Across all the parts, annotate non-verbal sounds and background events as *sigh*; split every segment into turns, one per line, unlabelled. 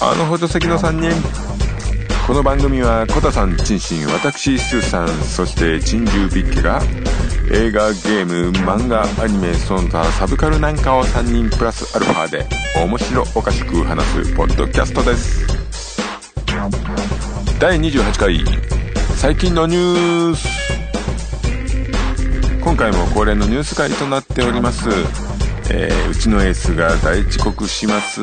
あのほど先の3人この番組はコタさんチンシン私スーさんそして珍獣ビッキが映画ゲーム漫画アニメその他サブカルなんかを3人プラスアルファで面白おかしく話すポッドキャストです第28回最近のニュース今回も恒例のニュース会となっております、えーうちのエースが大遅刻します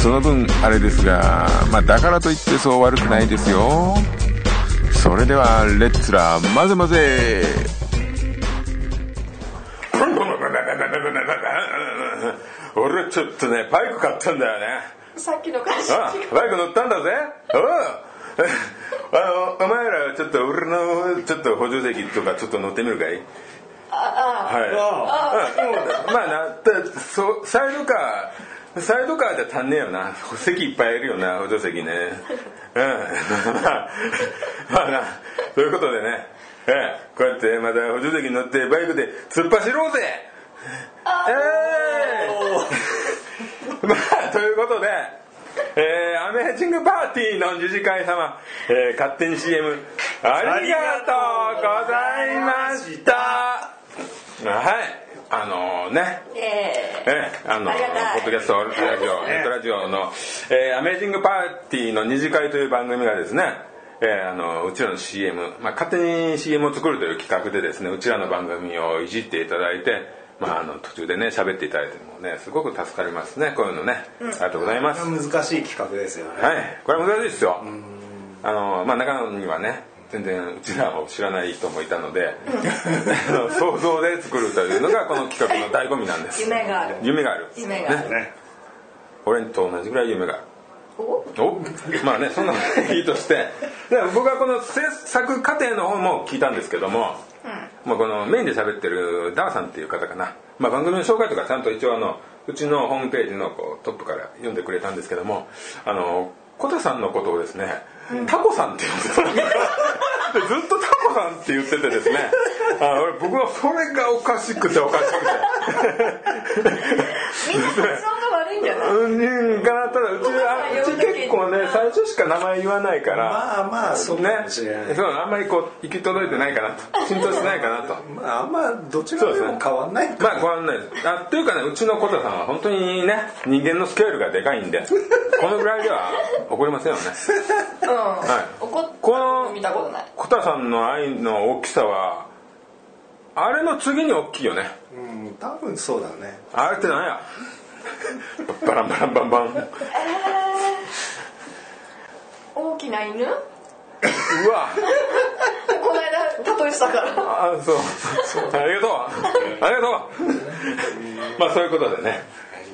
その分あれですがまあだからといってそう悪くないですよそれではレッツラーまぜまぜ
俺ちょっとねバイク買ったんだよね
さっきの会社
あバイク乗ったん *laughs* だぜおうあのお前らちょっと俺のちょっと補助席とかちょっと乗ってみるかい
あ
はいうんまあなだそサイドカーサイドカーじゃ足んねえよな席いっぱいいるよな補助席ねうん *laughs* まあまあなそういうことでねええこうやってまた補助席に乗ってバイクで突っ走ろうぜええ *laughs* まあということでえー、アメージングパーティーの二次会様、えー、勝手に CM ありがとうございましたはい、あのね、
あえ
ええあの
ありがたい
ポッドキャストラジオ、ネットラジオの、えーアメージングパーティーの二次会という番組がですね、えーあのうちらの CM、まあ、勝手に CM を作るという企画でですね、うちらの番組をいじっていただいて、まあ、あの途中でね喋っていただいてもねすごく助かりますねこういうのね、ありがとうございます、
難しい企画ですよね
はい、これは難しいですよ。あのまあ中野にはね全然うちらを知らない人もいたので、 *laughs* あの想像で作るというのがこの企画の醍醐味なんで
え
す。
*laughs* 夢がある
夢がある。
夢がある
ね、
ね
俺と同じぐらい夢がある。
お
おまあねそんなのいいとしてで僕はこの制作過程の方も聞いたんですけども、まあ、このメインで喋ってるダーさんっていう方かな、まあ、番組の紹介とかちゃんと一応あのうちのホームページのこうトップから読んでくれたんですけどもあのコタさんのことをですね、タコさんって呼んでたでずっとタコさんって言っててですねあの俺僕はそれがおかしくておかしくて。
みんな発音が悪いんじゃ
*laughs*
ない
うん、かなただうちあうち結構ね最初しか名前言わないから
まあまあそうかもしれない
ね、そうあんまりこう行き届いてないかなと浸透してないかなと
まああんまどちらでも変わんない
まあご案内ですあというかねうちのコタさんは本当にね人間のスケールがでかいんでこのぐらいでは怒りませんよね
うん、
はい
怒った
こ
こと見たことない
のコタさんの愛の大きさはあれの次に大きいよね
うん多分そうだね
あれってなんやバランバランバンバン
大きな犬 *laughs* こ
うわ
の間例えしたから
あそうそうありがとうありがとうまあそういうことでね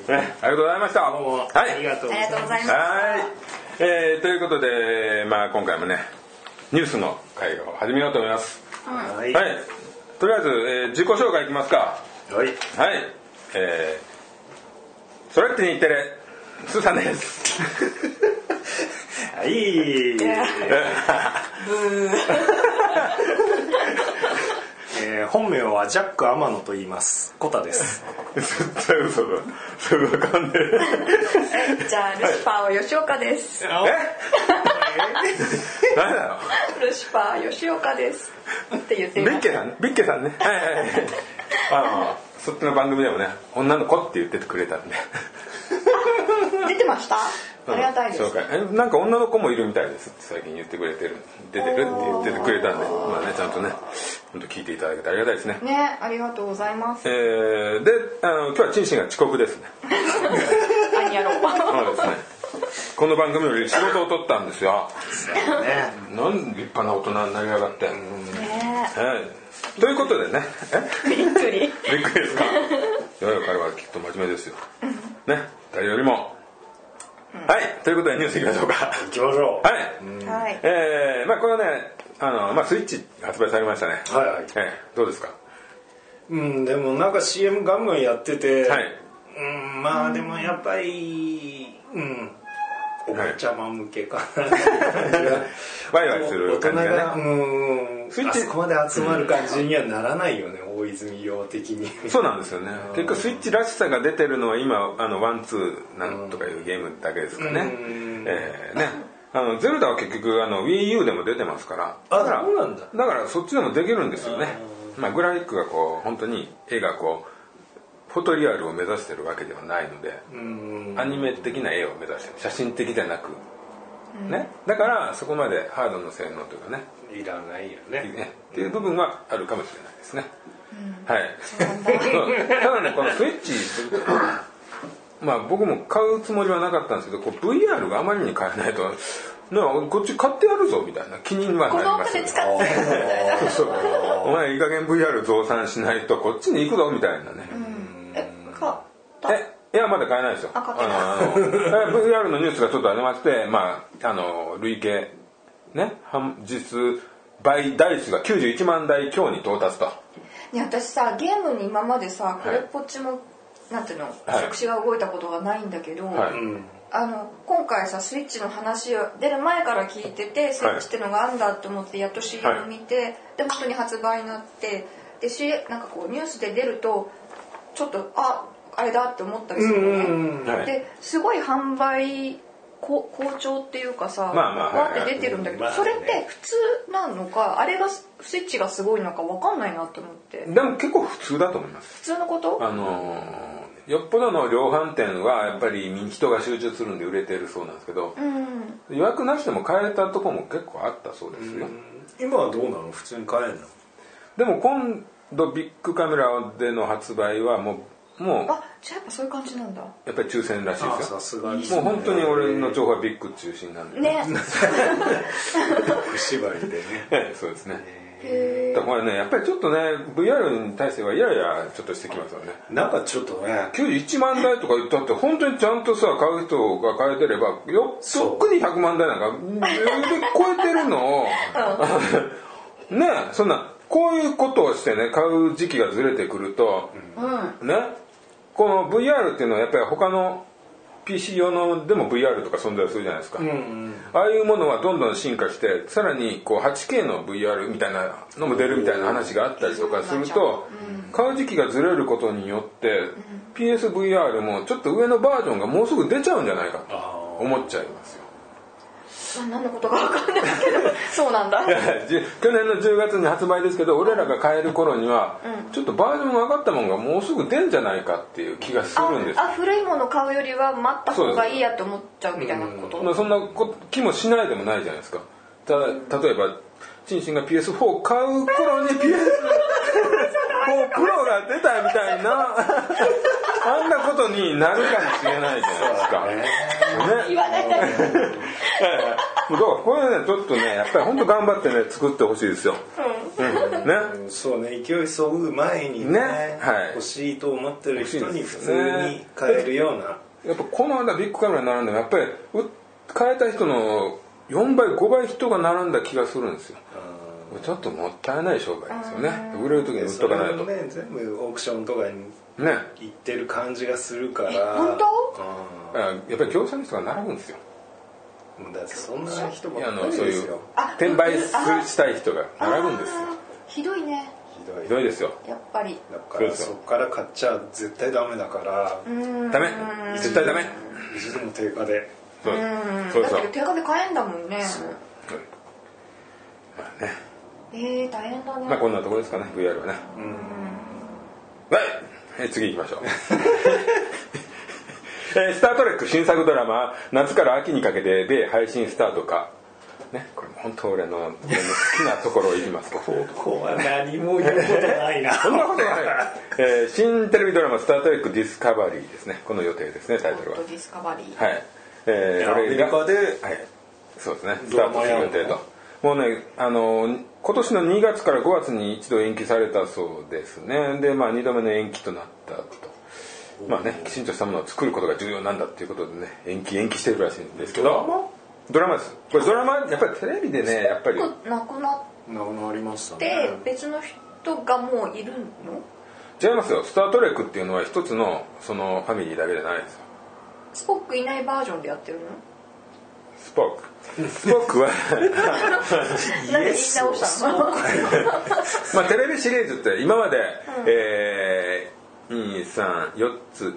ねありがとうございましたはい
ありがとう
あ
ご
り
ざ
が
います
とうございま
はい、えーということでまあ今回もねニュースの会を始めようと思います
は
はいいとりあえず、えー自己紹介いきますか
はい
はいえー、それって日テレスーさんです
はいえー本名はジャック天野と言いますコタです
絶対嘘だそれわかんね
すじゃあルシファーは吉岡です
え *laughs* え何だろう
ルシファー吉岡ですって言って
ビ
みま
ッ
す
ケさんねビッケさんねはいはいはいあのそっちの番組でもね女の子って言っててくれたんで
出てましたありがたいです
紹介えなんか女の子もいるみたいですって最近言ってくれてる出てるって言っててくれたんでまあねちゃんとね本当聞いていただけてありがたいですね
ねありがとうございます
えー、であの今日はチンシンが遅刻ですね
何や
*laughs*
ろう
そうですねこの番組より仕事を取ったんですよなん立派な大人になりやがって、
ね
はいということでねえ
びっくり
びっくりですかいやいや彼はきっと真面目ですよね誰よりも、はいということでニュースいきましょうかは
行きましょう
い、 *laughs*
はい
えー、まあこのねあの、まあ、スイッチ発売されましたね
はいはい
ええどうですか
うんでもなんか CM ガンガンやってて
はい
うんまあでもやっぱりうんお
はい
ばちゃま向けかなっていう感じが
ワイワイする感じ
大人
が
が
ね
うん
スイッチ
あそこまで集まる感じにはならないよね、大泉洋的に
そうなんですよね結構スイッチらしさが出てるのは今あのワンツーなんとかいうゲームだけですかね、
うん
えーねあのゼルダは結局あの WiiU でも出てますから
あ
だから
そうなんだ
からそっちでもできるんですよねまあ、グラフィックがこう本当に絵がこうフォトリアルを目指してるわけではないので、
うん
アニメ的な絵を目指してる写真的じゃなく、ね、だからそこまでハードの性能というかね
いらないよ
いい
ね
ねっていう部分はあるかもしれないですね、はい
なんだ
そうただねこのスイッチまあ僕も買うつもりはなかったんですけどこう VR があまりに買えないとなあこっち買ってやるぞみたいな気には
こ
なり
のお
ます
金
よね
使ってるみたいな
そうそうお前いい加減 VR 増産しないとこっちに行くぞみたいなね、
え買った
えいやまだ買えないですよ
あ買ってない
あのあの VR のニュースがちょっとありましてまああの累計ね半実倍台数が91万台強に到達と
ね私さゲームに今までさこれっぽっちも、なんていうの、
い
触手が動いたことがないんだけど、
はい、
あの今回さスイッチの話を出る前から聞いててスイッチってのがあんだと思ってやっと CM
はい
見て、で本当に発売になってで CM なんかこうニュースで出るとちょっとああれだって思ったりするのね、
はい
ですごい販売こ好調っていうかさ、
まあまあ
わ
はい
ーって出てるんだけど、
まあね
それって普通なのかあれがススイッチがすごいのかわかんないなって思って
でも結構普通だと思います
普通のこと
あのーよっぽどの量販店はやっぱり人が集中するんで売れてるそうなんですけど
うん
予約なしでも買えたとこも結構あったそうですよ、
今はどうなの普通に買えんの
でも今度ビッグカメラでの発売はもうもう
あじゃあやっぱそういう感じなんだ
やっぱり抽選らしい
あ
です
さ
よ
すがに
もう本当に俺の情報はビッグ中心なんで
ね
縛りでね
ええそうですね
へ
だからこれねやっぱりちょっとね VR に対してはイライラちょっとしてきますよね
なんかちょっとね
91万台とか言ったって本当にちゃんとさ買う人が買えてればよ
そう
とっくに100万台
*laughs*
なんか余裕で超えてるのを *laughs* ねえそんなこういうことをしてね買う時期がずれてくると、
えうん
ねこの VR っていうのはやっぱり他の PC 用のでも VR とか存在するじゃないですか、ああいうものはどんどん進化してさらにこう 8K の VR みたいなのも出るみたいな話があったりとかすると買う時期がずれることによって PSVR もちょっと上のバージョンがもうすぐ出ちゃうんじゃないかと思っちゃいますよ
まあ何のことかわかんない
*laughs*
けどそうなんだ
じ去年の10月に発売ですけど俺らが買える頃にはちょっとバージョンが上がったものがもうすぐ出んじゃないかっていう気がす
あ
るんですよ
あ古いもの買うよりは待った方がいいやと思っちゃうみたいなこと
まあ、そんなこ気もしないでもないじゃないですかただ例えばチンシンが PS4 を買う頃に PS4 プロが出たみたいなあんなことになるかもしれないじゃないですか。ね
言わない
*laughs*
で
もうだからこれねちょっとねやっぱり本当頑張ってね作ってほしいですよ。うんね
そうね勢いそぐ前にね
ねはい
欲しいと思ってる人
欲し
に
い
普
です
通
よね
に買えるような
やっぱこの間ビッグカメラに並んでもやっぱりう買えた人の4倍5倍人が並んだ気がするんですよ。ちょっともったいない商売ですよね。売れる時に売っ
そ
と
れ
かないと
を。ね全部オークションとかに
ね、
行ってる感じがするから
本当
あやっぱり業者の人が並ぶんですよ。
うんだってそんな人
いや
ば
あ
っか
の
り
そう
で
い
す
う
よ
あ
転売するしたい人が並ぶんですよ。
あーひどいね
ひど
ひ
い
どいですよ。
やっぱり
だか
そうで
ら
すよ
そっから買っちゃ絶対ダメだから
ダメ、絶対ダメ。
意地でも低下で
そう
うん
そう
だ
そ
けど手紙買えんだもんね
う。
えー、大変だね、
まあこんなところですかね VR はね。はい、え次行きましょう。 *laughs* えースター・トレック新作ドラマ「夏から秋にかけて米配信スタートか」ねこれも本当俺の俺の好きなところをいきます
ここ *laughs* は何も言うことないな
*laughs* そんなことない、えー新テレビドラマ「スター・トレック・ディスカバリー」ですねこの予定ですねタイトル
ホッ
は
トディスカバリー、
はいえ
い
ー俺が
や *laughs* アメリカで
はい、そうですねスター
ドラ
ト
マ
す
や
る
んの
予定ともうねあのー今年の2月から5月に一度延期されたそうですねでまあ2度目の延期となったとまあねきちんとしたものを作ることが重要なんだっていうことでね延期延期してるらしいんですけどドラマですこれドラマやっぱりテレビでねやっぱり
なくなっ
なくなりました
て
ね
別の人がもういるの
違いますよ「スター・トレック」っていうのは一つのそのファミリーだけじゃないですよ
スポックいないバージョンでやってるの
スポー
*laughs*
クスポークは
なんで言い直したの
まあテレビシリーズって今まで、えー、234つ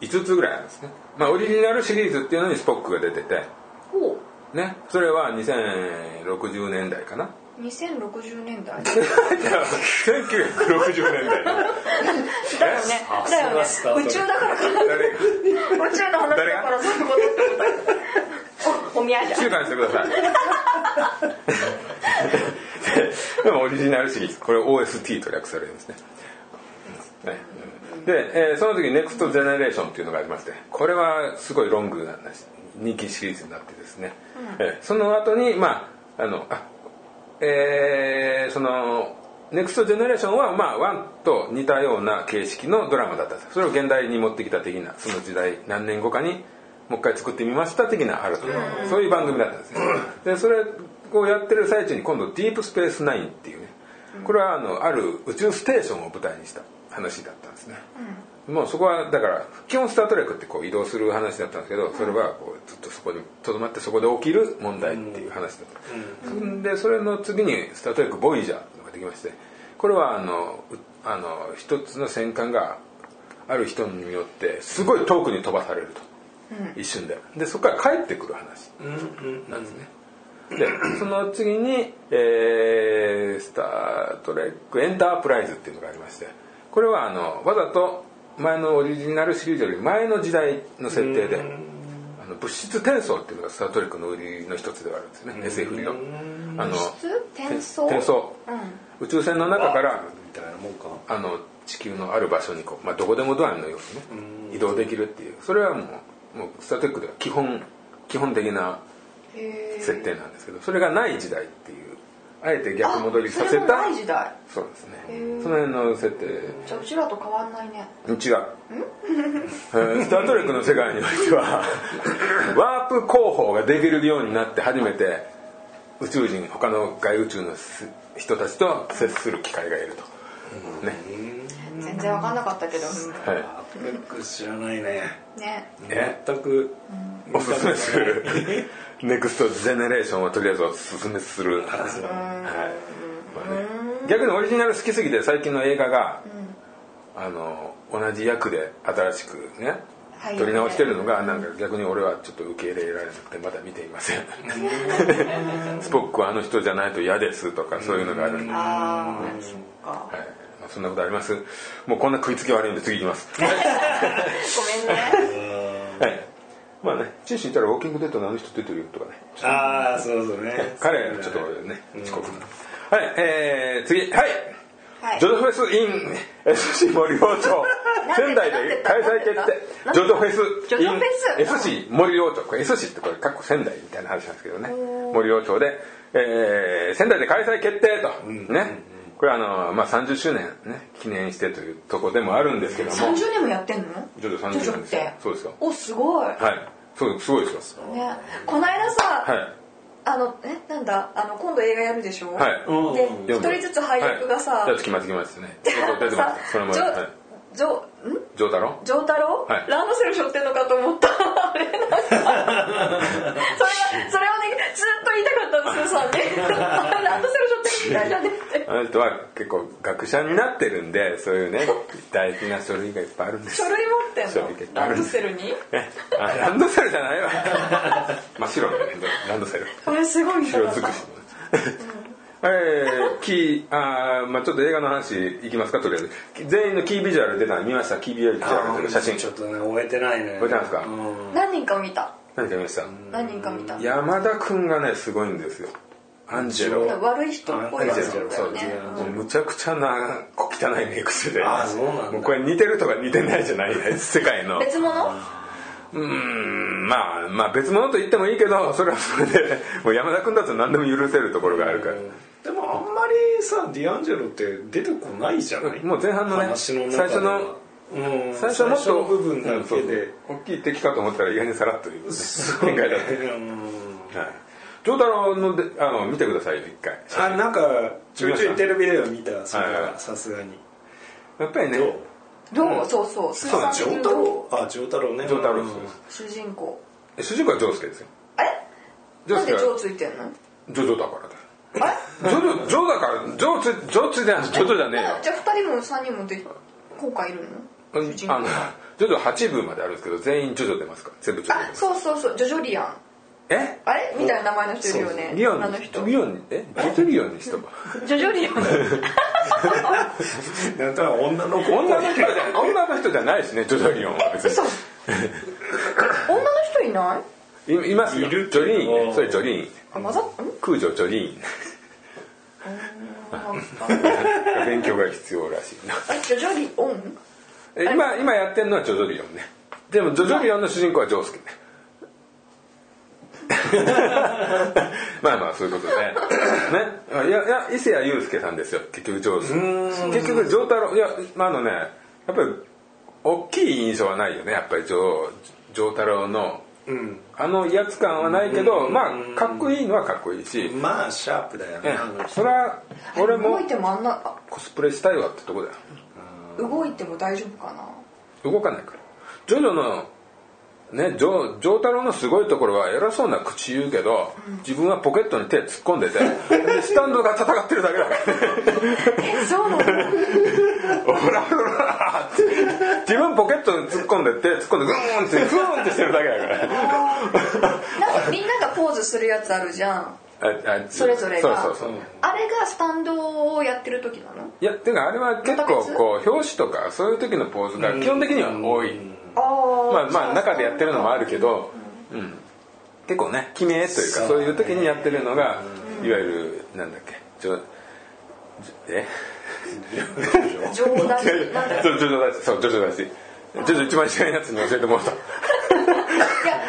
5つぐらいあるんですね、まあ、オリジナルシリーズっていうのにスポックが出てて
ほ
ねそれは2060年代かな
う2060年代
1960年代
だよねだよね
さすが
宇宙だからかな
誰が
宇宙の話だからそういうことってことおお宮じゃん
中間してくだ *laughs* さいでもオリジナルシリーズこれ OST と略されるんですねねで、えーその時ネクストジェネレーションっていうのがありましてこれはすごいロングな話人気シリーズになってですね、えーその後にまああのあえーそのネクストジェネレーションはまあワンと似たような形式のドラマだったんですそれを現代に持ってきた的なその時代何年後かにもう一回作ってみました的なあるとそういう番組だったんですねでそれをやってる最中に今度「ディープスペースナイン」っていうねこれはあのある宇宙ステーションを舞台にした話だったんですね、もうそこはだから基本「スター・トレック」ってこう移動する話だったんですけどそれはこうずっとそこにとどまってそこで起きる問題っていう話だった、ん、でそれの次に「スター・トレック・ボイジャー」っていうのができましてこれはあのうあの一つの戦艦がある人によってすごい遠くに飛ばされると、一瞬ででそこから帰ってくる話なんですね、でその次に、えースター・トレック・エンタープライズ」っていうのがありましてこれはあのわざと前のオリジナルシリーズより前の時代の設定であの物質転送っていうのがスター・トレックの売りの一つではあるんですね SF のあの
転送
転送宇宙船の中から
みたいなもんか
あの地球のある場所にこう、まあ、どこでもドアのようにね移動できるっていうそれはもうもうスター・トレックでは基本基本的な
へー
設定なんですけどそれがない時代っていうあえて逆戻りさ
あそ
せ
れも
た
ない時代
そうですね
ー
その辺の設定
じゃあうちらと変わんないね
違うえースター・トレックの世界においては
*laughs*
ワープ工法ができるようになって初めて宇宙人他の外宇宙のす人たちと接する機会が得るとね
全然わかんなかったけど、う
は
トレック知らないね
んね
いね
全く
おすすめするネクストジェネレーションをとりあえずおすすめする話だはいまあね、逆にオリジナル好きすぎて最近の映画が、あの同じ役で新しくね
はい
撮り直してるのがなんか逆に俺はちょっと受け入れられなくてまだ見ていませんスポックはあの人じゃないと嫌ですとかそういうのがあるんで、はい
ああそっか
まあ、そんなことありますもうこんな食いつき悪いんで次いきます
ごめんね
はいまあねチンシンいたらウォーキングデッドのあの人出てるよとかね
ああそうそうね
彼ちょっとね遅刻はいえー、次はい
はい
ジョジョフェス in SC 森王
*laughs*
町仙台で開催決定ジョジョフェス in
ジョジョフェス
SC 森王町これ SC ってこれかっこ仙台みたいな話なんですけどね森王町で、えー仙台で開催決定と、ねこれあの、まあ、30周年ね記念してというとこでもあるんですけども
30年もやってんの
ジョジョ30年
ジョジョっ
ですよ
て
そうですよ
おすごい、
はいそうすごいですよ
ね、この間さ、
はい
あのえなんだあの今度映画やるでしょ、
はい
で
うん
一人ずつ配役がさ、
はい、やつきますきます
*laughs*
ね出てまし
さ
たそれも
ジョ
はい
ジョん
ジョー太郎
ジョー太郎、
はい
ランドセル背負ってんのかと思った *laughs* あれなんかそれはそれをねずっと言いたかったんですよさん
*laughs*
ねランドセル背負ってるみたいだねって
あの人は結構学者になってるんでそういうね大事な書類がいっぱいあるんです
書類
書
持
類
ってん
結
の
構あ
ラ
る
ンドセルに
ねあランドセルじゃないわ真っ白のねランドセル
これすごい見た
白
かっ
*laughs* 尽
た
くしえー、キーあーまあちょっと映画の話いきますかとりあえず全員のキービジュアル出たの見ましたキービジュアルというか写真
ちょっとね終えてないね
覚えてますか
うん
何人か見た
何か見ました
何人か見た
山田君がねすごいんですよアンジェロ
悪い人っぽい
ア
や
ンジ
つ
ェロ
だ
そ
よ
う
ね
ですねもうむちゃくちゃな小汚いメイクしてて
あーそうなんだ
もうこれ似てるとか似てないじゃない世界の
別物
うーんまあまあ別物と言ってもいいけどそれはそれでもう山田君だと何でも許せるところがあるから、
でもあんまりさディアンジェロって出てこないじゃない
もう前半のね
話の中で
最初の
うん
最初はもっ
最
と
の部分だ
う
けで
んそうそう大きい敵かと思ったら意外にさらっというね展開だっ
うん
た、はい、丈太郎のであの見てくださいよ一回
あなんかちょいちょいテレビでは見たそれ
はいはい
はさすがに
やっぱりね
どう
どうそうそうスー
そう
さ
なんジ
的
ョー
に
タ
どう
ロあジョータロね
丈太郎です
主人公
え主人公は丈介ですよ
え
ジョ
な
ー
ん
好き
で
は
ジョーついてんの
ジョジョだからだよ
え
ジョジョジョだからジョーつジョーついてないジョジョじゃねえよ
じゃあ2人も3人もで今回いる
あ
の
の
主人公
ジョジョ8部まであるんですけど全員ジョジョ出ますから全部ジョジョ出
あ
ます
そうそうそうジョジョリアン
え
あれみたいな名前の人いるよね
リオン
あの人
リオンえジョジョリオンにしとか
ジョジョリアン
*laughs*
なんとなく *laughs* 女の子
女の人じゃ女の人じゃないしねジョジョリオンは別
嘘
に
女の人いない
いいますよ
いる
ジョリーン
う
ね
ん
それジョリーン
あ混ざっん
空女ジョリーン勉強が必要らしいな
あジョジョリオン
え今今やってんのはジョジョリオンねでもジョジョリオンの主人公はジョースケねまあまあそういうことでねねいやいや伊勢谷友介さんですよ結局ジョースケ結局ジョー太郎いやまああのねやっぱり大きい印象はないよねやっぱりジョージョー太郎の
うん
あの威圧感はないけどまあかっこいいのはかっこいいし、
まあシャープだよね
ね
あの人
それは俺も
動いてもあんなあ
コスプレしたいわってとこだよ
動いても大丈夫かな
動かないからジョジョのねジョジョー太郎のすごいところは偉そうな口言うけど、自分はポケットに手突っ込んでてでスタンドが戦ってるだけだからね
えそうなの
オ
*laughs*
ラオラって自分ポケットに突っ込んで手突っ込んでグーンってグーンってしてるだけだか
なんかみんながポーズするやつあるじゃん
らああ
*laughs* それぞれが
そうそうそう
あれがスタンドをやってる時なの
いやてかあれは結構こう表紙とかそういう時のポーズが基本的には多い、
あ
まあまあ中でやってるのもあるけど、うん、結構ね決めというかそう,、いう時にやってるのが、いわゆるなんだっけちょじ *laughs* え
冗談
ちょ *laughs*
なんだ
ちょちょだしそうちょちょだしちょちょ一番知らないやつに教えてもらった
いや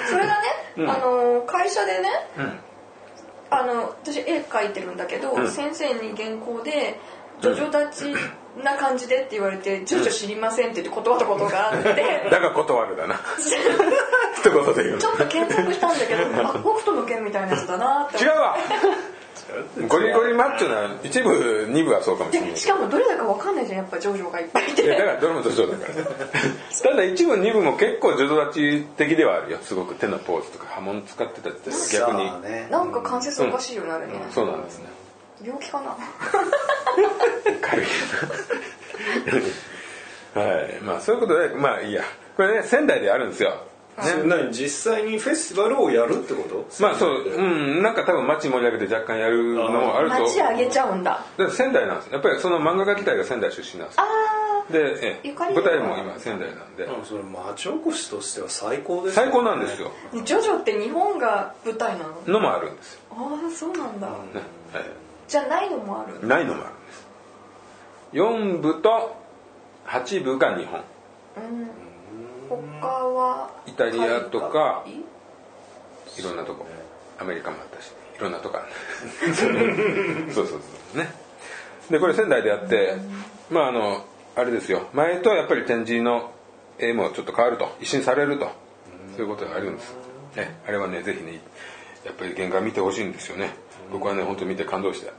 それがね、あの会社でね、あの私絵描いてるんだけど、
ん
先生に原稿で「ジョジョ立ちな感じで」って言われて「ジョジョ知りません」って言って断ったことがあって
だが断る *laughs* だな一言で言う
ちょっと検索したんだけどあ北斗の剣みたいなやつだなって
違うわゴリゴリマッチョな一部二部はそうかもしれない
でしかもどれだかわかんないじゃんやっぱジョジョがいっぱいい
いやだから
て
どれも徐々だ *laughs* からただ一部二部も結構徐々立ち的ではあるよすごく手のポーズとか波紋使ってたって逆に
さあね
なんか関節おかしいよねあれね、
そうなんですね
病気かな
軽いはいまあそういうことでまあいいやこれね仙台であるんですよ
それ何実際にフェスティバルをやるってこと
まあそううんなんか多分街盛り上げて若干やるのもあると
街上げちゃうんだ
だから仙台なんですやっぱりその漫画家自体が仙台出身なんです
あ
よ
あ
で、ええ
ゆかり
舞
の
台も今仙台なんで
うんそれ町おこしとしては最高ですよ
最高なんですよ
ジョジョって日本が舞台なの
のもあるんですよ、
ああそうなんだ、
ねはい
じゃないのもある
ないのもあるんです4部と8部が日本
うん他は
イタリアとか
海外
いろんなとこアメリカもあったしいろんなとこある *laughs* そうそうそうねでこれ仙台でやってまああのあれですよ前とやっぱり展示の絵もちょっと変わると一新されるとそういうことがあるんです、ね、あれはねぜひねやっぱり原画見てほしいんですよね僕はね本当見て感動した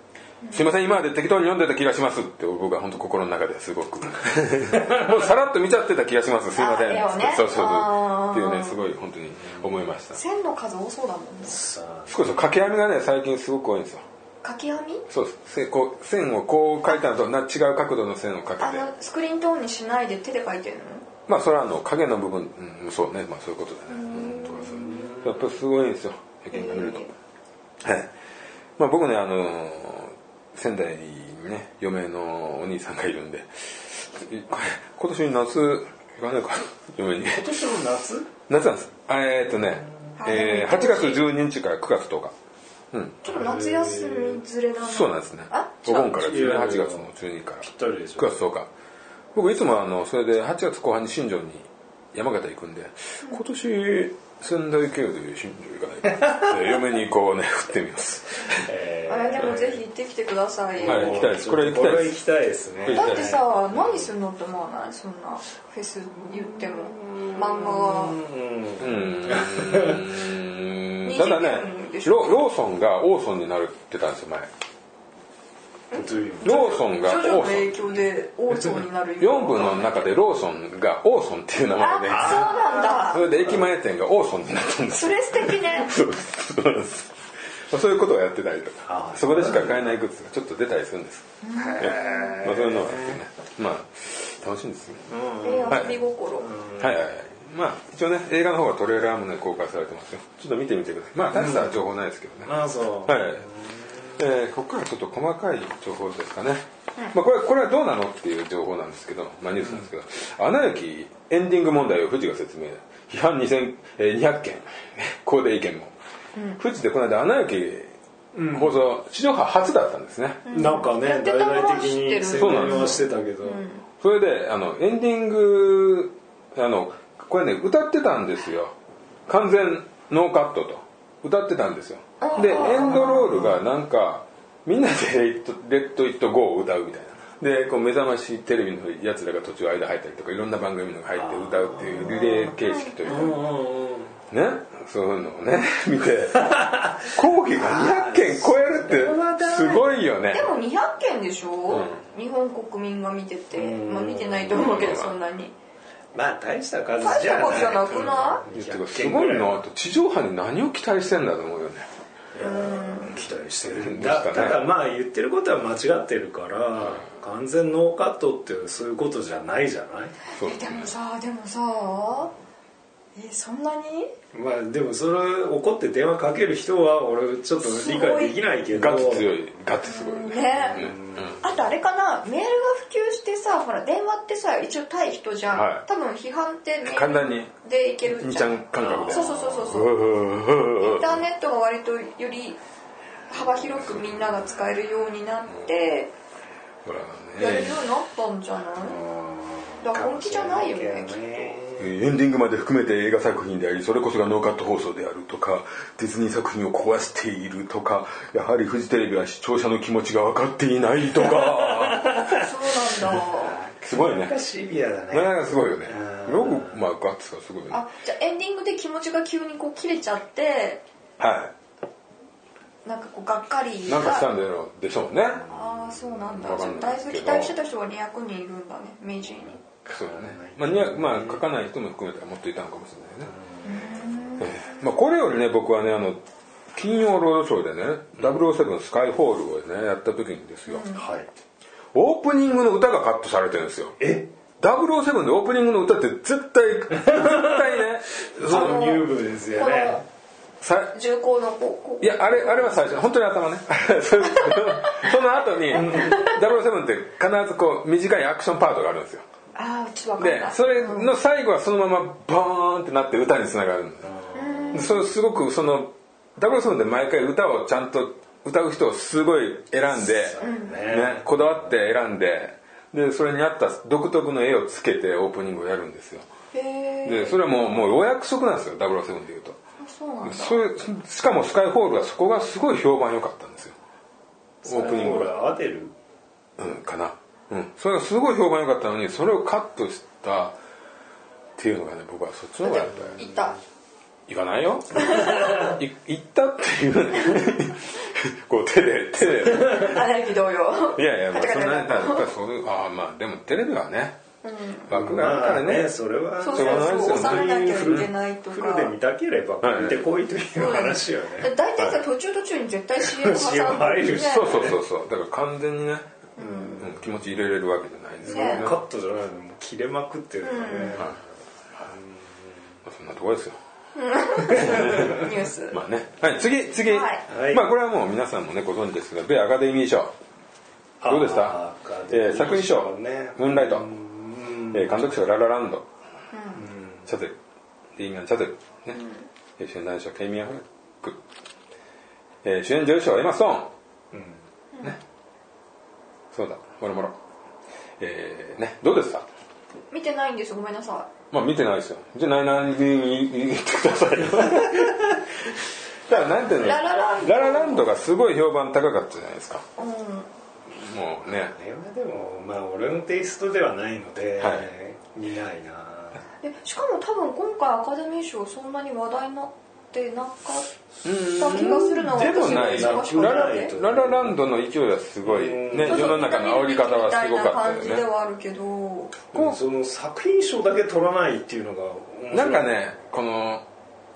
すいません今まで適当に読んでた気がしますって僕は本当心の中ですご
*laughs*
くもうさらっと見ちゃってた気がしますすいません
あ絵をね
そうそうそう
あー
っていうねすごい本当に思いました
線の数多そうだもんね
さあ
そうそう掛け編みがね最近すごく多いんですよ
掛け網
そうですせこう線をこう描いたのとな違う角度の線を描
あ
けて
のスクリーントーンにしないで手で描いてるの
まあそれはあの影の部分、うん、そうねまあそういうことだねうんとかそうやっぱすごいんですよ原画見ると、はいまあ僕ねあのー仙台にね嫁のお兄さんがいるんでいこれ今年の夏行かないか嫁に
今年の夏
夏なんですあえーっとね、えー8月12日から9月10日うん
ちょっと夏休み連れだな
そうなんですね
あ
お盆から
違う
18月の12から
ぴったりでしょ
9月10日僕いつもあのそれで8月後半に新庄に山形行くんで今年仙台経由で新庄行かないかな
*laughs*
で嫁にこうね振ってみます
え
あでもぜひ行ってきてくださいよ、
はい行きたいですこれ行きたい
これ
で
行
す
きたいですね
だってさ何するのって思わないそんなフェス言っても漫画は
うん
うーんただね
20でしょ
ロローソンがオーソンになるって言ってたんですよ前
どういう意味
ローソン
ジ
が
ョジ
オー
ョの
ソン
影響で王朝になる
4部の中でローソンがオーソンっていう名前
あそう
で
なんだ
それで駅前店がオーソンになったんです
それ素敵ね
そうですまあそういう *laughs* ことをやってたりとか
あー
そこでしか買えないグッズがちょっと出たりするんです、ええまあ、そういうのはですねまあ楽しいんですね、
映画の見心、
はいはいはいまあ一応ね映画の方はトレーラーもね公開されてますよちょっと見てみてくださいまあ大した情報ないですけどね、
ああそう
はい、えーここからちょっと細かい情報ですかね、まあ、これこれはどうなのっていう情報なんですけど、まあ、ニュースなんですけど「アナ雪」エンディング問題を富士が説明批判2000えー200件肯定意見も、富士でこの間「アナ雪」放送地上波初だったんですね、
なんかね
やっ
大
てたのは
々的
知ってる
に宣伝はしてたけど
それであのエンディングあのこれね歌ってたんですよ完全ノーカットと歌ってたんですよでエンドロールがなんかみんなでレッド「レッド・イット・ゴー」を歌うみたいなでこう目覚ましテレビのやつらが途中間入ったりとかいろんな番組のが入って歌うっていうリレー形式というかねそういうのをね見て講義が200件超えるってすごいよね
でも200件でしょ、日本国民が見てて、まあ、見てないと思うけどそんなに
まあ大した数
大し
じゃ
た
ない
ことじゃなくな
言ってかすごいなと地上波に何を期待してんだと思うよね
期待してる
ん
ん
で
だ
すか
だ
ね
からまあ言ってることは間違ってるから完全ノーカットってそういうことじゃないじゃない
そう
いでもさでもさえそんなに
まあでもそれ怒って電話かける人は俺ちょっと理解できないけど
ガッツ強いガッツすごいよね
ね
うん
あとあれかなメールが普及してさほら電話ってさ一応対人じゃん、
はい
多分批判ってメ
簡
ー
単に
ルでいける
二
じ
ち
ゃ
ゃ
ん
ん感覚で
そうそうそうそうそう
うううう
インターネットが割とより幅広くみんなが使えるようになって
ほら
やれる
ね
ようになったんじゃないだから本気じゃないよねきっと
えーエンディングまで含めて映画作品でありそれこそがノーカット放送であるとかディズニー作品を壊しているとかやはりフジテレビは視聴者の気持ちが分かっていないと *laughs* か
そうなんだ
すごいね
がシビアだね
ねすごいよね
うん
よくまあガッツがすごいよね
あじゃあエンディングで気持ちが急にこう切れちゃって
は
なんかこうがっかり
い
が
なんかしたんだよでしょうね
ああそうなんだ
わ
じ
か
ゃあ
んない
大
です
豆
けど
期待してた人が200人いるんだね明治に
そうだね、まあにゃ、まあ書かない人も含めてはもっといたのかもしれないね、ええまあ、これよりね僕はねあの金曜ロードショーでね「007スカイホール」をねやった時にですよ、
はい
オープニングの歌がカットされてるんですよ
え
007でオープニングの歌って絶対絶対ね
その入部ですよ
こ
ね
の
さ
重厚のこうこう
いやあれあれは最初本当に頭ね *laughs* それその後に007って必ずこう短いアクションパートがあるんですよ
ああうちわかん
で
ない
それの最後はそのままボーンってなって歌につながるのでそれすごくそのダブルソンで毎回歌をちゃんと歌う人をすごい選んで、ね、こだわって選んででそれに合った独特の絵をつけてオープニングをやるんですよ
へえ
でそれはもうもうお約束なんですよ007でいうと
そうなんだ
そういうしかもスカイホールはそこがすごい評判良かったんですよオープニング
ほ
が
ら合ってる
うん、かな、うん、それがすごい評判良かったのにそれをカットしたっていうのがね僕はそっちの方がやっぱり
いた
いかない *laughs* よい行ったっていう *laughs* こう手で手で
荒木同様
いやいやまあ
カ
そ
タ
ん
カタ
な
カ
に
タ
だからそういうああまあでもテレビはね枠があるか
ま
ら
あ
ね
ねそれは
そう
しょがない
そう
です
そ
よ
う
ね
収めなきゃいけないと
フルで
か
見たければ
はい
見てこいという話よね、
大体さ途中途中に絶対 CM 挟んで
CM 入るし
ね
そうそうそうそうだから完全にね、うん気持ち入れれるわけじゃないですけどね
ね
カットじゃないのもう切れまくってるからね、
まあそんなところですよ
ニュース
まあねはい次次、
はい
はい
まあこれはもう皆さんもねご存知ですが米アカデミー賞
あー
どうでした
アカ、デミ
え
ー
ー作品賞「ム
ね
ーンライト」えー監督賞「ララランド」チャゼル」「リーマン・チャゼル」ねえー主演男優賞「ケイミア・フラック」えー主演女優賞「エマ・ストーン」ねそうだもろもろえーねどうですか
見てないんですごめんなさ
まあ見てないですよじゃあ何々に言ってくださ
*laughs*
いだからなんていうの
ララランド
ララランドがすごい評判高かったじゃないですか
いうん
もうね
あれはでもまあ俺のテイストではないので、
はい
見ないな
でしかも多分今回アカデミー賞そんなに話題になってなかった気がするのは
でも
私
ない
が
ラ
忙し
でも
く
な
ラ
い
な
ラ
っ
と
て
ララランドの勢いはすごいね世の中の煽り方はすごかった
みいな感じ
よ
で
ね
はあるけど
その作品賞だけ取らないっていうのが面白い
なんかねこの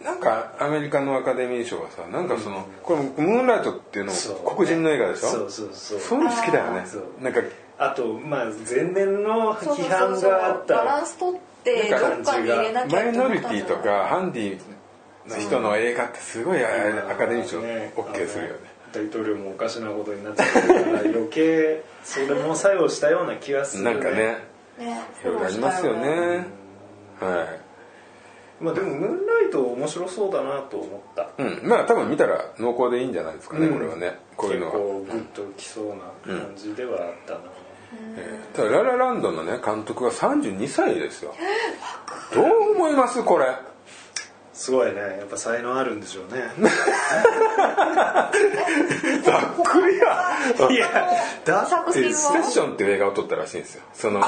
なんかアメリカのアカデミー賞はさなんかその、これ「ムーンライト」っていうの
そう
黒人の映画でしょ
そうそうそう
そういうの好きだよね
そう
なんか
あとまあ前年の
そうそう
批
そう
判
そう
があった
バランス取ってどっかに入れなき
マ
ゃ
イ
って思
ノ
った
リ
ん
テ
だ
ィと
よ
かハンディの人の映画ってすごいあれアカデミー賞 OK するよね
あの大統領もおかしなことになって
*laughs*
るから余計それも作用したような気がする、
なんかね
ね
いろいろありますよねは
まあでもムーンライト面白そうだなと思った
い、うん、まあ多分見たら濃厚でいいんじゃないですかね、これはねこういうのは
結構グッときそうな感じではあったな、
えーただララランドのね監督は32歳ですよどう思いますこれ
すごいねやっぱ才能あるんでしょうね
ざっくりや
いやだ
作品
ステッ
は
ションっていう映画を撮ったらしいんですよその
こ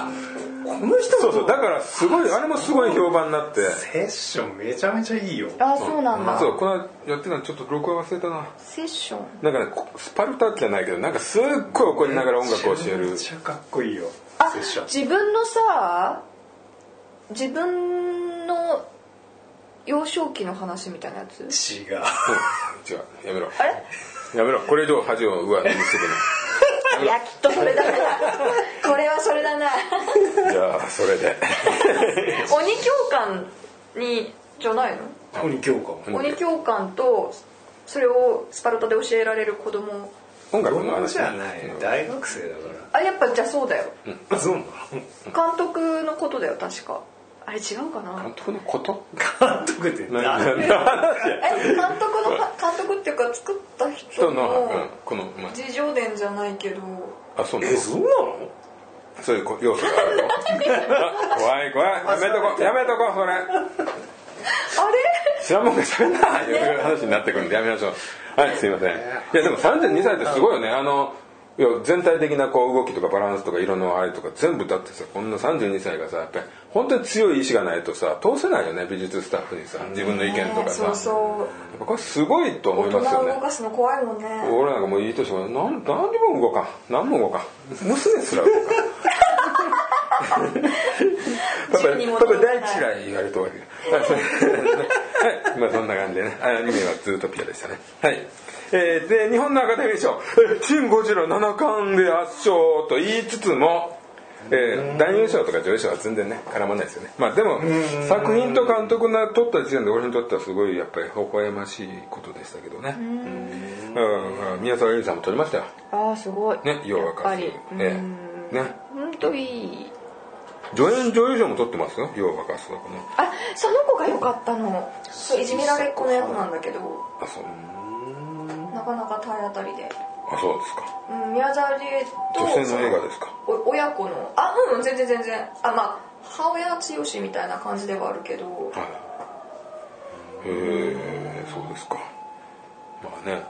の人
そうそうだからすごいあれもすごい評判になって
セッションめちゃめちゃいいよ
あそうなんだ
そうこのやってたのちょっと録画忘れたな
セッション
なんかねこスパルタじゃないけどなんかすっごい怒りながら音楽を教える
めちゃめちゃかっこいいよ
あ
セッション
自分のさ自分の幼少期の話みたいなやつ
違う
違うやめろ
あれ
やめろこれ以上恥を上塗りす
いやきっとそれだな *laughs* これはそれ
*laughs*
だな
ぎなじゃあそれで
鬼教官にじゃないの
鬼教官
ん
鬼教官とそれをスパルタで教えられる子供
音楽の
子
話
じゃない大学生だか
あやっぱじゃあそうだよ
らそうなの
監督のことだよ確かあれ違うかな
監督のこと
監督って
何
な
何の話や
え監督の監督っていうか作った人
人の、うん
の、
この、ま
自情伝じゃないけど
あ、あそうな
え
の
そうなの
そういうこ要素があるよあ怖い怖いやめとこやめとこそれ
あれ
知らんもんが喋んないう話になってくるんでやめましょうはいすいませんいやでも32歳ってすごいよねあのいや全体的なこう動きとかバランスとか色のあれとか全部だってさこんな32歳がさやっぱり本当に強い意志がないとさ通せないよね美術スタッフにさ自分の意見とかさ、
そうそ
やっぱこれすごいと思
う
い
大
ますよ
人
ね
動かすの怖いもんね
俺なんかもういい年もなん何にも動かん何も動かん娘すら動かんパパ
自由にも
パパ
動かない
大地ら言われた
*laughs*
わけはいそれはいまあそんな感じでねあアニメはズートピアでしたねはいえーで日本のアカデミー賞「シン・ゴジラ7冠で圧勝」と言いつつも、えー男優賞とか女優賞は全然ね絡まないですよねまあでも作品と監督が撮った時点で俺にとってはすごいやっぱり微笑ましいことでしたけどねうんうん宮沢りえさんも撮りましたよ
ああすごい
ね
や
要は
っぱりうん
ええね
ほんといい
助演女優賞も撮ってますよ要はガスだかね
あその子が良かったのそういじめられっ子の役なんだけど
あそう
なかなか体当たりで、
あそうですか
うん、宮沢りえと
女性の映画ですか
お親子のあうん全然全然あまあ母親強しみたいな感じではあるけど
はいへえそうですかまあね、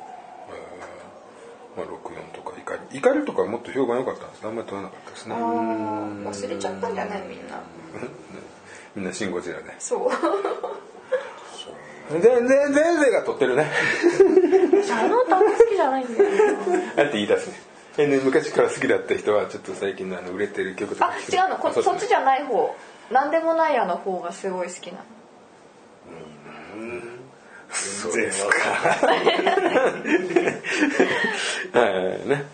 えーまあ、64とか怒り怒りとかもっと評判良かったんですねあんまり撮らなかったですね
あー忘れちゃったんじゃないみんな
みんな「シン・ゴジラで」
そう *laughs*
全然全然が撮ってるね
私あの歌あんま好きじゃな
*laughs*
いんだよな
だって言い出すねえね昔から好きだった人はちょっと最近のあの売れてる曲とか
あ違うのこそっちじ
ゃ
ゃない方なんでもないやの方がすごい好きなの
全然わかんない
はいね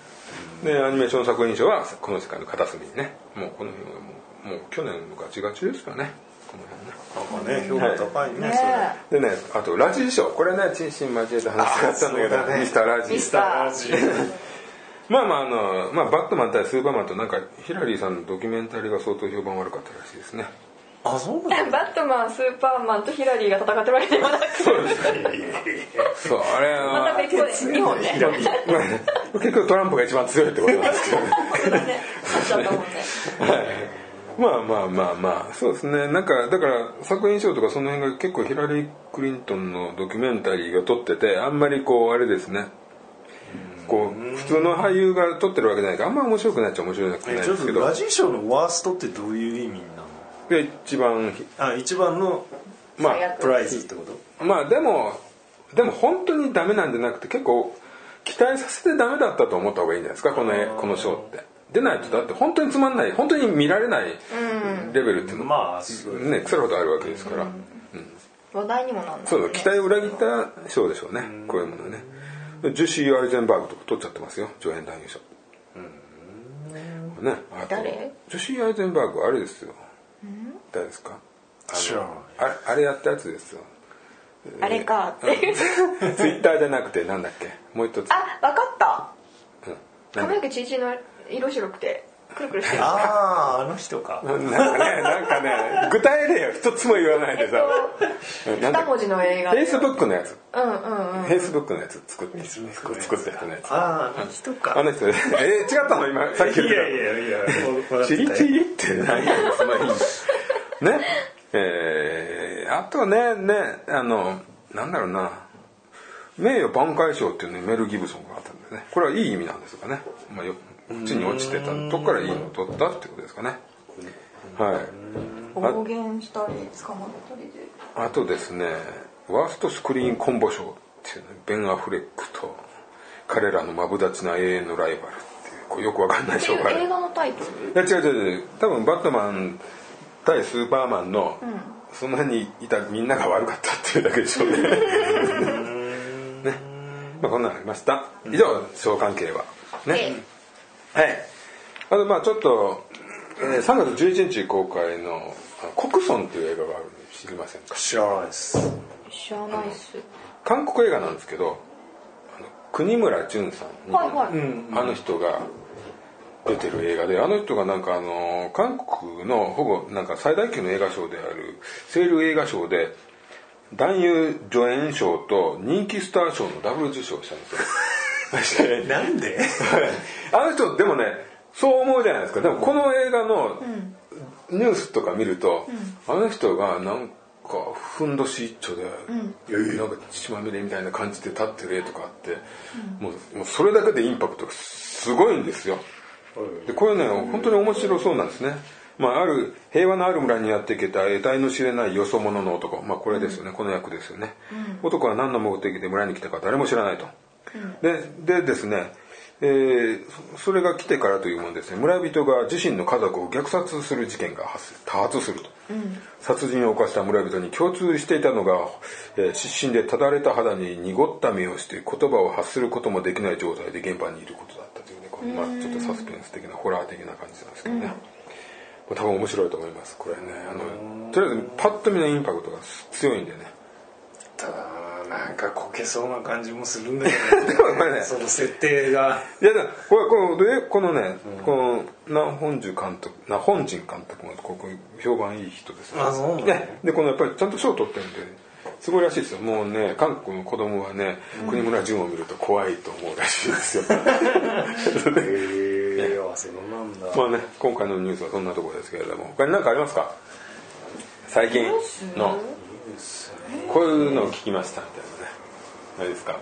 でアニメーション作品賞はこの世界の片隅にねもうこの辺はもうもう去年のガチガチですよねこの辺ね
なんかね評価高いね、
ね
それ
え
でねあとラジー賞これね珍心交えた話があったんだけど
あそうだね
ミスターラジ
ミ
ー
スター
ラジオ
まあまああの、まあ、バットマン対スーパーマンとなんかヒラリーさんのドキュメンタリーが相当評判悪かったらしいですね
あそうな
バットマンスーパーマンとヒラリーが戦ってるわけではなく
そうですねそうあれ
また
は
別個で2本ね
*laughs* まあね結局トランプが一番強いってことなんですけどね
そうだね勝っちゃったもんね
まあまあまあまあそうですねなんかだから作品賞とかその辺が結構ヒラリー・クリントンのドキュメンタリーが撮っててあんまりこうあれですねこう普通の俳優が撮ってるわけじゃないからあんま面白くないっちゃ面白くないん
え
で
ちょっ
すけ
と
ど
ラジショーのワーストってどういう意味なの
で一番ひ
あ一番の
ま
最悪
プライズってこと
あまあでもでも本当にダメなんじゃなくて結構期待させてダメだったと思った方がいいんじゃないですかこの絵この賞って。でないとだって本当につまんない本当に見られないレベルっていうの
まあそう
ね腐るほどあるわけですから、うん
話題にもなんない、ね、
そうだ期待を裏切った賞でしょうねこういうものはねジュシー・アイゼンバーグとか取っちゃってますよ上演男優賞ねあと
誰
ジュシー・アイゼンバーグはあれですよ誰ですかあの
知らない
あれあれやったやつですよ
あれかっていう
ツイッターじゃなくてなんだっけもう一つ
*laughs* あわかった
うん
髪の毛チリチリの色白くてくるくるしてる
あああの人か
なんかねなんかね具体例一つも言わない
え
で
っ
さ
と
なんだ
二文字の映画
フェイスブックのやつ
うんうんうん
フェイスブックのやつ作って作った人のやつ
あああの人か
あの人え違ったの今さっ
い
き
や
言
い
ってた
やいやわ
チリ
わか
チ
ったよ
リって何やつまあいいやねえーあとねねあのなんだろうな名誉挽回賞っていうのにメル・ギブソンがあったんでねこれはいい意味なんですかね、まあ、よこっちに落ちてたとこからいいのを取ったってことですかねはい
暴言したり捕まったりで
あとですねワーストスクリーンコンボ賞っていうねベン・アフレックと彼らのマブダチな永遠のライバルっていうこうよくわかんない
ってい
賞
う
がある
映画のタイトル
いや違う違う違う多分バットマン対スーパーマンの、その辺にいたみんなが悪かったっていうだけでしょ
*laughs*
うねねまあこんなのありました以上小関係はね
え
はいあとまあちょっと、えー3月11日公開のあ「コクソン」っていう映画があるの知りませんか
知らないです
知らないっす
韓国映画なんですけどあの国村淳さん、
はいはい
あの人が出てる映画であの人がなんかあの韓国のほぼなんか最大級の映画賞であるセール映画賞で男優助演賞と人気スター賞のダブル受賞したんですよそして
なんで
あの人でもねそう思うじゃないですかでもこの映画のニュースとか見ると、あの人がなんかふんどし一丁で、なんか血まみれみたいな感じで立ってる絵とかあって、もうもうそれだけでインパクトがすごいんですよ。でこれね本当に面白そうなんですね、まあ、ある平和のある村にやってきた得体の知れないよそ者の男、まあ、これですよね、この役ですよね、男は何の目的で村に来たか誰も知らないと、ででですね、えーそそれが来てからというもんですね村人が自身の家族を虐殺する事件が発生多発すると、殺人を犯した村人に共通していたのが、えー失神でただれた肌に濁った目をして言葉を発することもできない状態で現場にいることだったというねこれまあ、ちょっとサスペンス的なホラー的な感じなんですけどね、まあ多分面白いと思いますこれねあのとりあえずパッと見のインパクトが強いんでね
ただなんかこけそうな感じもするんだけ *laughs*
でもこれね
どその設定が
いやだからこれこのでこのね、このな本寿監督な本人監督もここ評判いい人ですね
あそうなんだ
ねでこのやっぱりちゃんと賞取ってるんですごいらしいですよもうね韓国の子供はね国村淳を見ると怖いと思うらしいです
*laughs*
よ
へえあそうなんだ
まあね今回のニュースはそんなところですけれども他に何かありますか最近のこういうのを聞きましたみたいなねないですか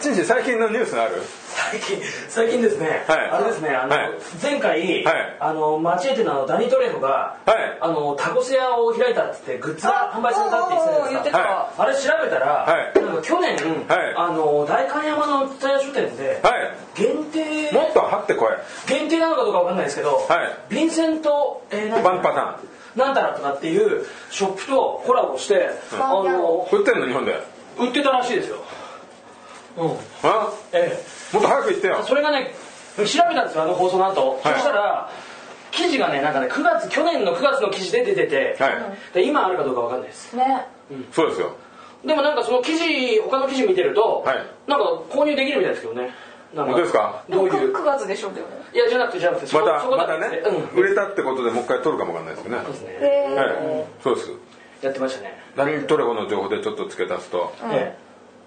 ちんちん最近のニュースある
最近最近ですね、
はい
あれですねあの、
はい
前回、
はい
あのマチエテのあのダニトレーノが、
はい
あのタコス屋を開いたっつってグッズが販売されたって言ってたじゃないですか
は
あれ調べたら、
はい
なんか去年、
はい
あの代官山の蔦屋書店で、
はい
限定
もっと張ってこい
限定なのかどうかわかんないですけど、
はい
ヴィンセント、えーなん
ワンパタ
なんたらとかっていうショップとコラボして、あの
ーン売ってんの日本で
売ってたらしいですよ、うん
あ
ええ
もっと早く行ってよ
それがね調べたんですよあの放送の後、
はい
そしたら記事がねなんかね9月去年の9月の記事で出てて、
は
で今あるかどうかわかんないです
ね
いそうですよ
でもなんかその記事他の記事見てると、
はい
なんか購入できるみたいですけどねなん
本当ですか
どういう
9月でしょうけどね
いやじゃなくてじゃなくてそ
また
そこ
ま
だけ
た
です
ね
うん
売れたってことでもう一回取るかもわかんないですよね
そうですね
へー
はいそうです
やってましたね、
何トレホの情報でちょっと付け足すと
え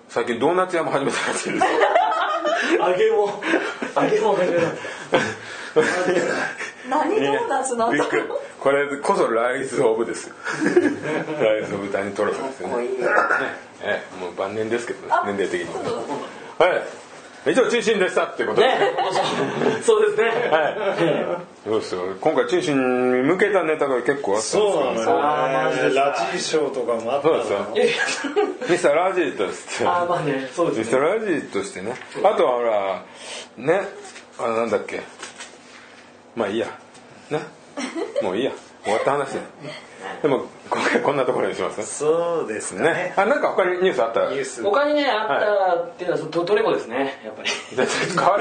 最近ドーナツ屋も始めたらしいです
え揚げも揚げも始めた
何ドーナツなんだ
びっくり
ろう
これこそライスオブですライスオブダニトレホですよねええもう晩年ですけどね年齢的にはい以上中心でしたってことで
ねそうですね、
はいそうですよ今回中心に向けたネタが結構あったんですけど
そうなのねラジーショーとかもあった
そう
の
ですよ
いやいや
ミスターラジーとして
あーまあねそうで
ミス
す
ター
ね
ラジーとしてねあとはほらねあなんだっけまあいいやねもういいや終わった話でも今回こんなところにします
そうですか
ね
ね
あなんか他にニュースあったら
ニュース
他にねあったっていうのはそトトレコですねやっぱり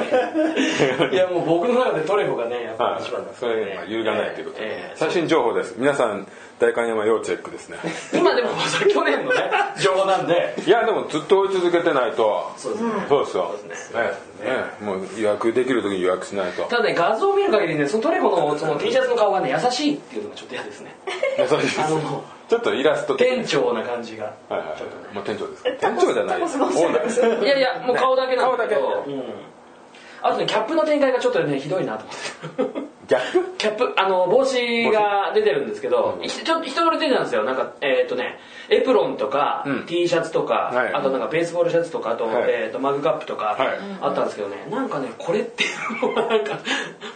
変わり
*laughs* いやもう僕の中でトレコがねやっぱ
はい
一番なん、です
そ
よね
れが揺るがないということで、
ええ
最新情報です皆さん代官山要チェックですね
今でもそれ去
*laughs*
年のね情報なんで
いやでもずっと追い続けてないと
そうですね
そうですよ
そうです
ええええもう予約できる時に予約しないと
ただね画像を見る限りねそのトレコのその T シャツの顔がね優しいっていうのがちょっと嫌ですね
優しいです
あの
ちょっとイラスト的
店長な感じが
はいはいはい、まあ、店長ですか店長じゃないオーナーです
いやいやもう顔だけなんだけ
顔だ
ど、
け
うんあとねキャップの展開がちょっとねひどいなと思って
ギャップ
キャップあの帽子が出てるんですけど、いちょっと一通り出てたんですよなんかえっ、とねエプロンとか、
うん
T シャツとか、
はい
あとなんかベースボールシャツとかあと,、
はい
えーとマグカップとか、
はい
あったんですけどねなんかねこれっていうのはなんか *laughs*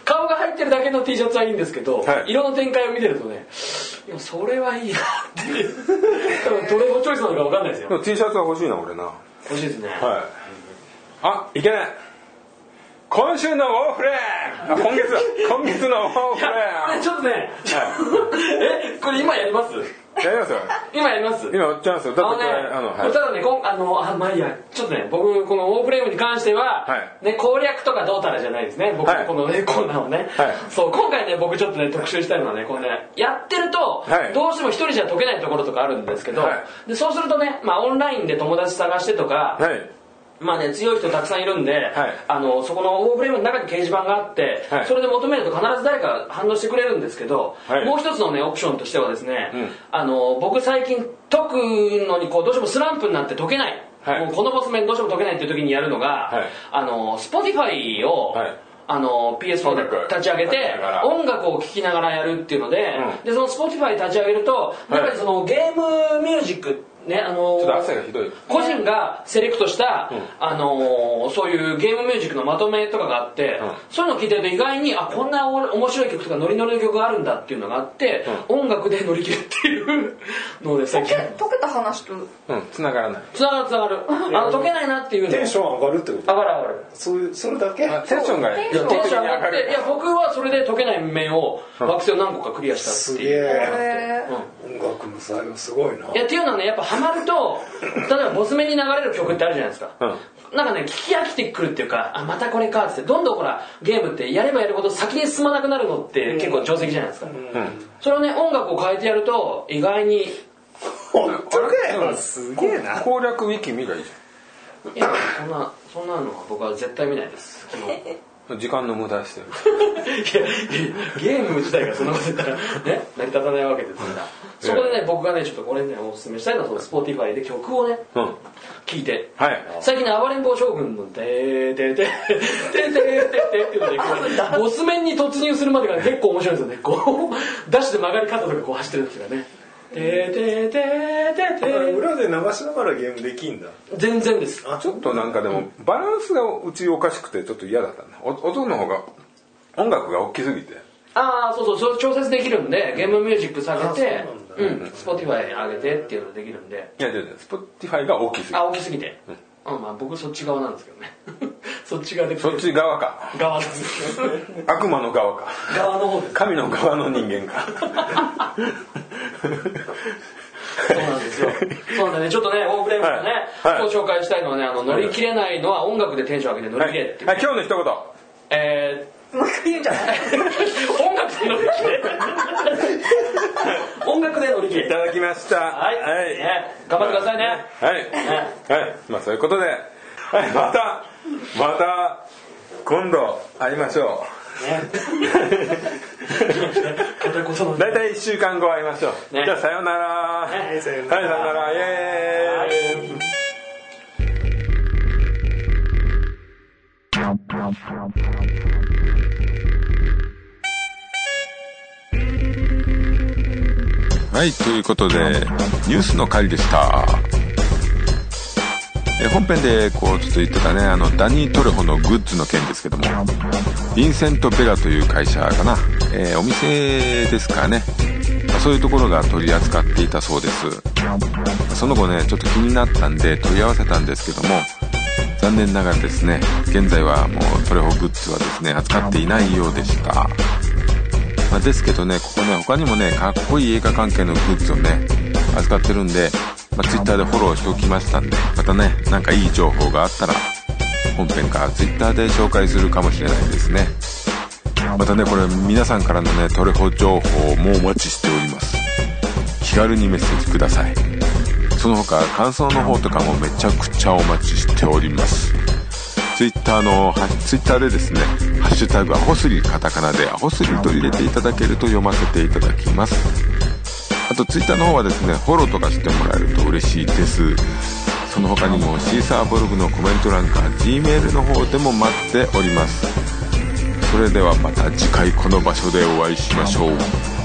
顔が入ってるだけの T シャツはいいんですけど、
はい
色の展開を見てるとねいやそれはいいなっていう多分どれもチョイスなのか分かんないです
で
よ
も T シャツは欲しいな俺なはい
欲しいですね、
あいけない今週のオフレーンあ今月だ今月のオフレーン
ちょっとね、 *laughs* え、これ今やります
やりますよ
今やります
今売っちゃうんですよだっ
あの
てこ
ね
れ、あの、
こ
は
れ
い
ただね、こんあの、あ、まあいいや、ちょっとね、僕、このオーフレームに関しては、
はい
ね、攻略とかどうたらじゃないですね、僕、
はい
このね、コーナーをね、
はい
そう、今回ね、僕ちょっとね、特集したいのはね、このね、やってると、
はい
どうしても一人じゃ解けないところとかあるんですけど、
はい
でそうするとね、まあオンラインで友達探してとか、
はい
まあね、強い人たくさんいるんで、
い
あのそこのオーフレームの中に掲示板があって、
はい
それで求めると必ず誰か反応してくれるんですけど、
はい
もう一つの、ね、オプションとしてはですね、
うん
あの僕最近解くのにこうどうしてもスランプになって解けない、
はい
もうこのボス面どうしても解けないっていう時にやるのが、
はい
あの Spotify を、
はい
あの PS4 で立ち上げ
音楽立ち
て
上げながら
音楽を聴きながらやるっていうので,、
うん
でその Spotify 立ち上げると、やっぱりそのゲームミュージックねあの
ちょっと汗がひどい
個人がセレクトした、
ん
あのーそういうゲームミュージックのまとめとかがあって、
うん
そういうのを聞いてると意外にあこんなお面白い曲とかノリノリの曲があるんだっていうのがあって、音楽で乗り切るっていうのをね最
解け
近
解けた話と
うん繋がらない
つながるつながるあの解けないなっていうの
テンション上がるってこ
上
と
がる上がる
そういうそれだけ
あテンションが
テン
いやテンション上
圧
が
倒
っ
的に
ていや僕はそれで解けない面を惑星を何個かクリアした
す
って
げ
いう、
え
えー
音楽の作用すごいない
やっていうのはねやっぱハマ
*laughs*
ると例えばボス目に流れる曲ってあるじゃないですか、なんかね聞き飽きてくるっていうかあまたこれかっつってどんどんほらゲームってやればやるほど先に進まなくなるのって結構定石じゃないですか、それをね音楽を変えてやると意外に
本当か
う
よ
ん
すげえな
攻略ウィキ見りゃいいじ
いやそんなそんなのは僕は絶対見ないです
*laughs*
基本いや
ゃん時間の無駄してる
ゲーム自体がそんなこと言ったらね成り立たないわけですからそこでね僕がねちょっとこれねおすすめしたいのはその Spotify で曲をね
うん
聞いて
はい
最近の暴れん坊将軍の「てーてーてーてーてーてーてーてー」っていうのでこうボス面に突入するまでが結構面白いんですよねこうダッシュで曲がり方とかこう走ってるんですよね「てーてーてーてーて
あれ
ー
裏で流しながらゲームできんだ
全然です
あ
ちょっとなんかでもバランスがうちおかしくてちょっと嫌だったなお音の方が音楽が大きすぎて
ああそうそうそれ調節できるんでゲームミュージック下げて
あそうな
う
ん
Spotify 上げてっていうのできるんで
いやいやいや Spotify が大きすぎて
あ大きすぎてうんまあ僕そっち側なんですけどね *laughs* そっち側で
そっち側か
*laughs* 側です
*laughs*
悪魔の側か
側の方です
神の側の人間か
そうなんですよ。そうなんだね。ちょっとね、オーフレームのね、
はいはい
今日紹介したいのはね、あの、乗り切れないのは音楽でテンション上げて乗
は
り切
い、
れ
はい
っていう。
今日の一言
え
うまく言うんじゃない
ー、音楽で乗り切れ。音楽で乗り切
い
れ。
ただきました
はい。
はい、
ね頑張ってくださいね。
はい、はい、まあそういうことで、はい、またまた今度会いましょ
片言の
う大体1週間後会いましょう、
ね
じゃあさようなら、
はいさよ
はい、さよなら、イエーイ。はい、ということで、ニュースの回でした。え本編でこうちょっと言ってたねあのダニー・トレホのグッズの件ですけどもヴィンセント・ペラという会社かな、えーお店ですかねまあそういうところが取り扱っていたそうですその後ねちょっと気になったんで問い合わせたんですけども残念ながらですね現在はもうトレホグッズはですね扱っていないようでした
まあ、ですけどねここね他にもねかっこいい映画関係のグッズをね扱ってるんで、まあ、Twitter でフォローしておきましたんでまたねなんかいい情報があったら本編か Twitter で紹介するかもしれないですねまたねこれ皆さんからのねトレホ情報もお待ちしております気軽にメッセージくださいその他感想の方とかもめちゃくちゃお待ちしておりますツイッターのはツイッターでですね「ハッシュタグアホスリ」カタカナで「アホスリ」と入れていただけると読ませていただきますあとツイッターの方はですねフォローとかしてもらえると嬉しいですその他にもシーサーブログのコメント欄か G メールの方でも待っておりますそれではまた次回この場所でお会いしましょう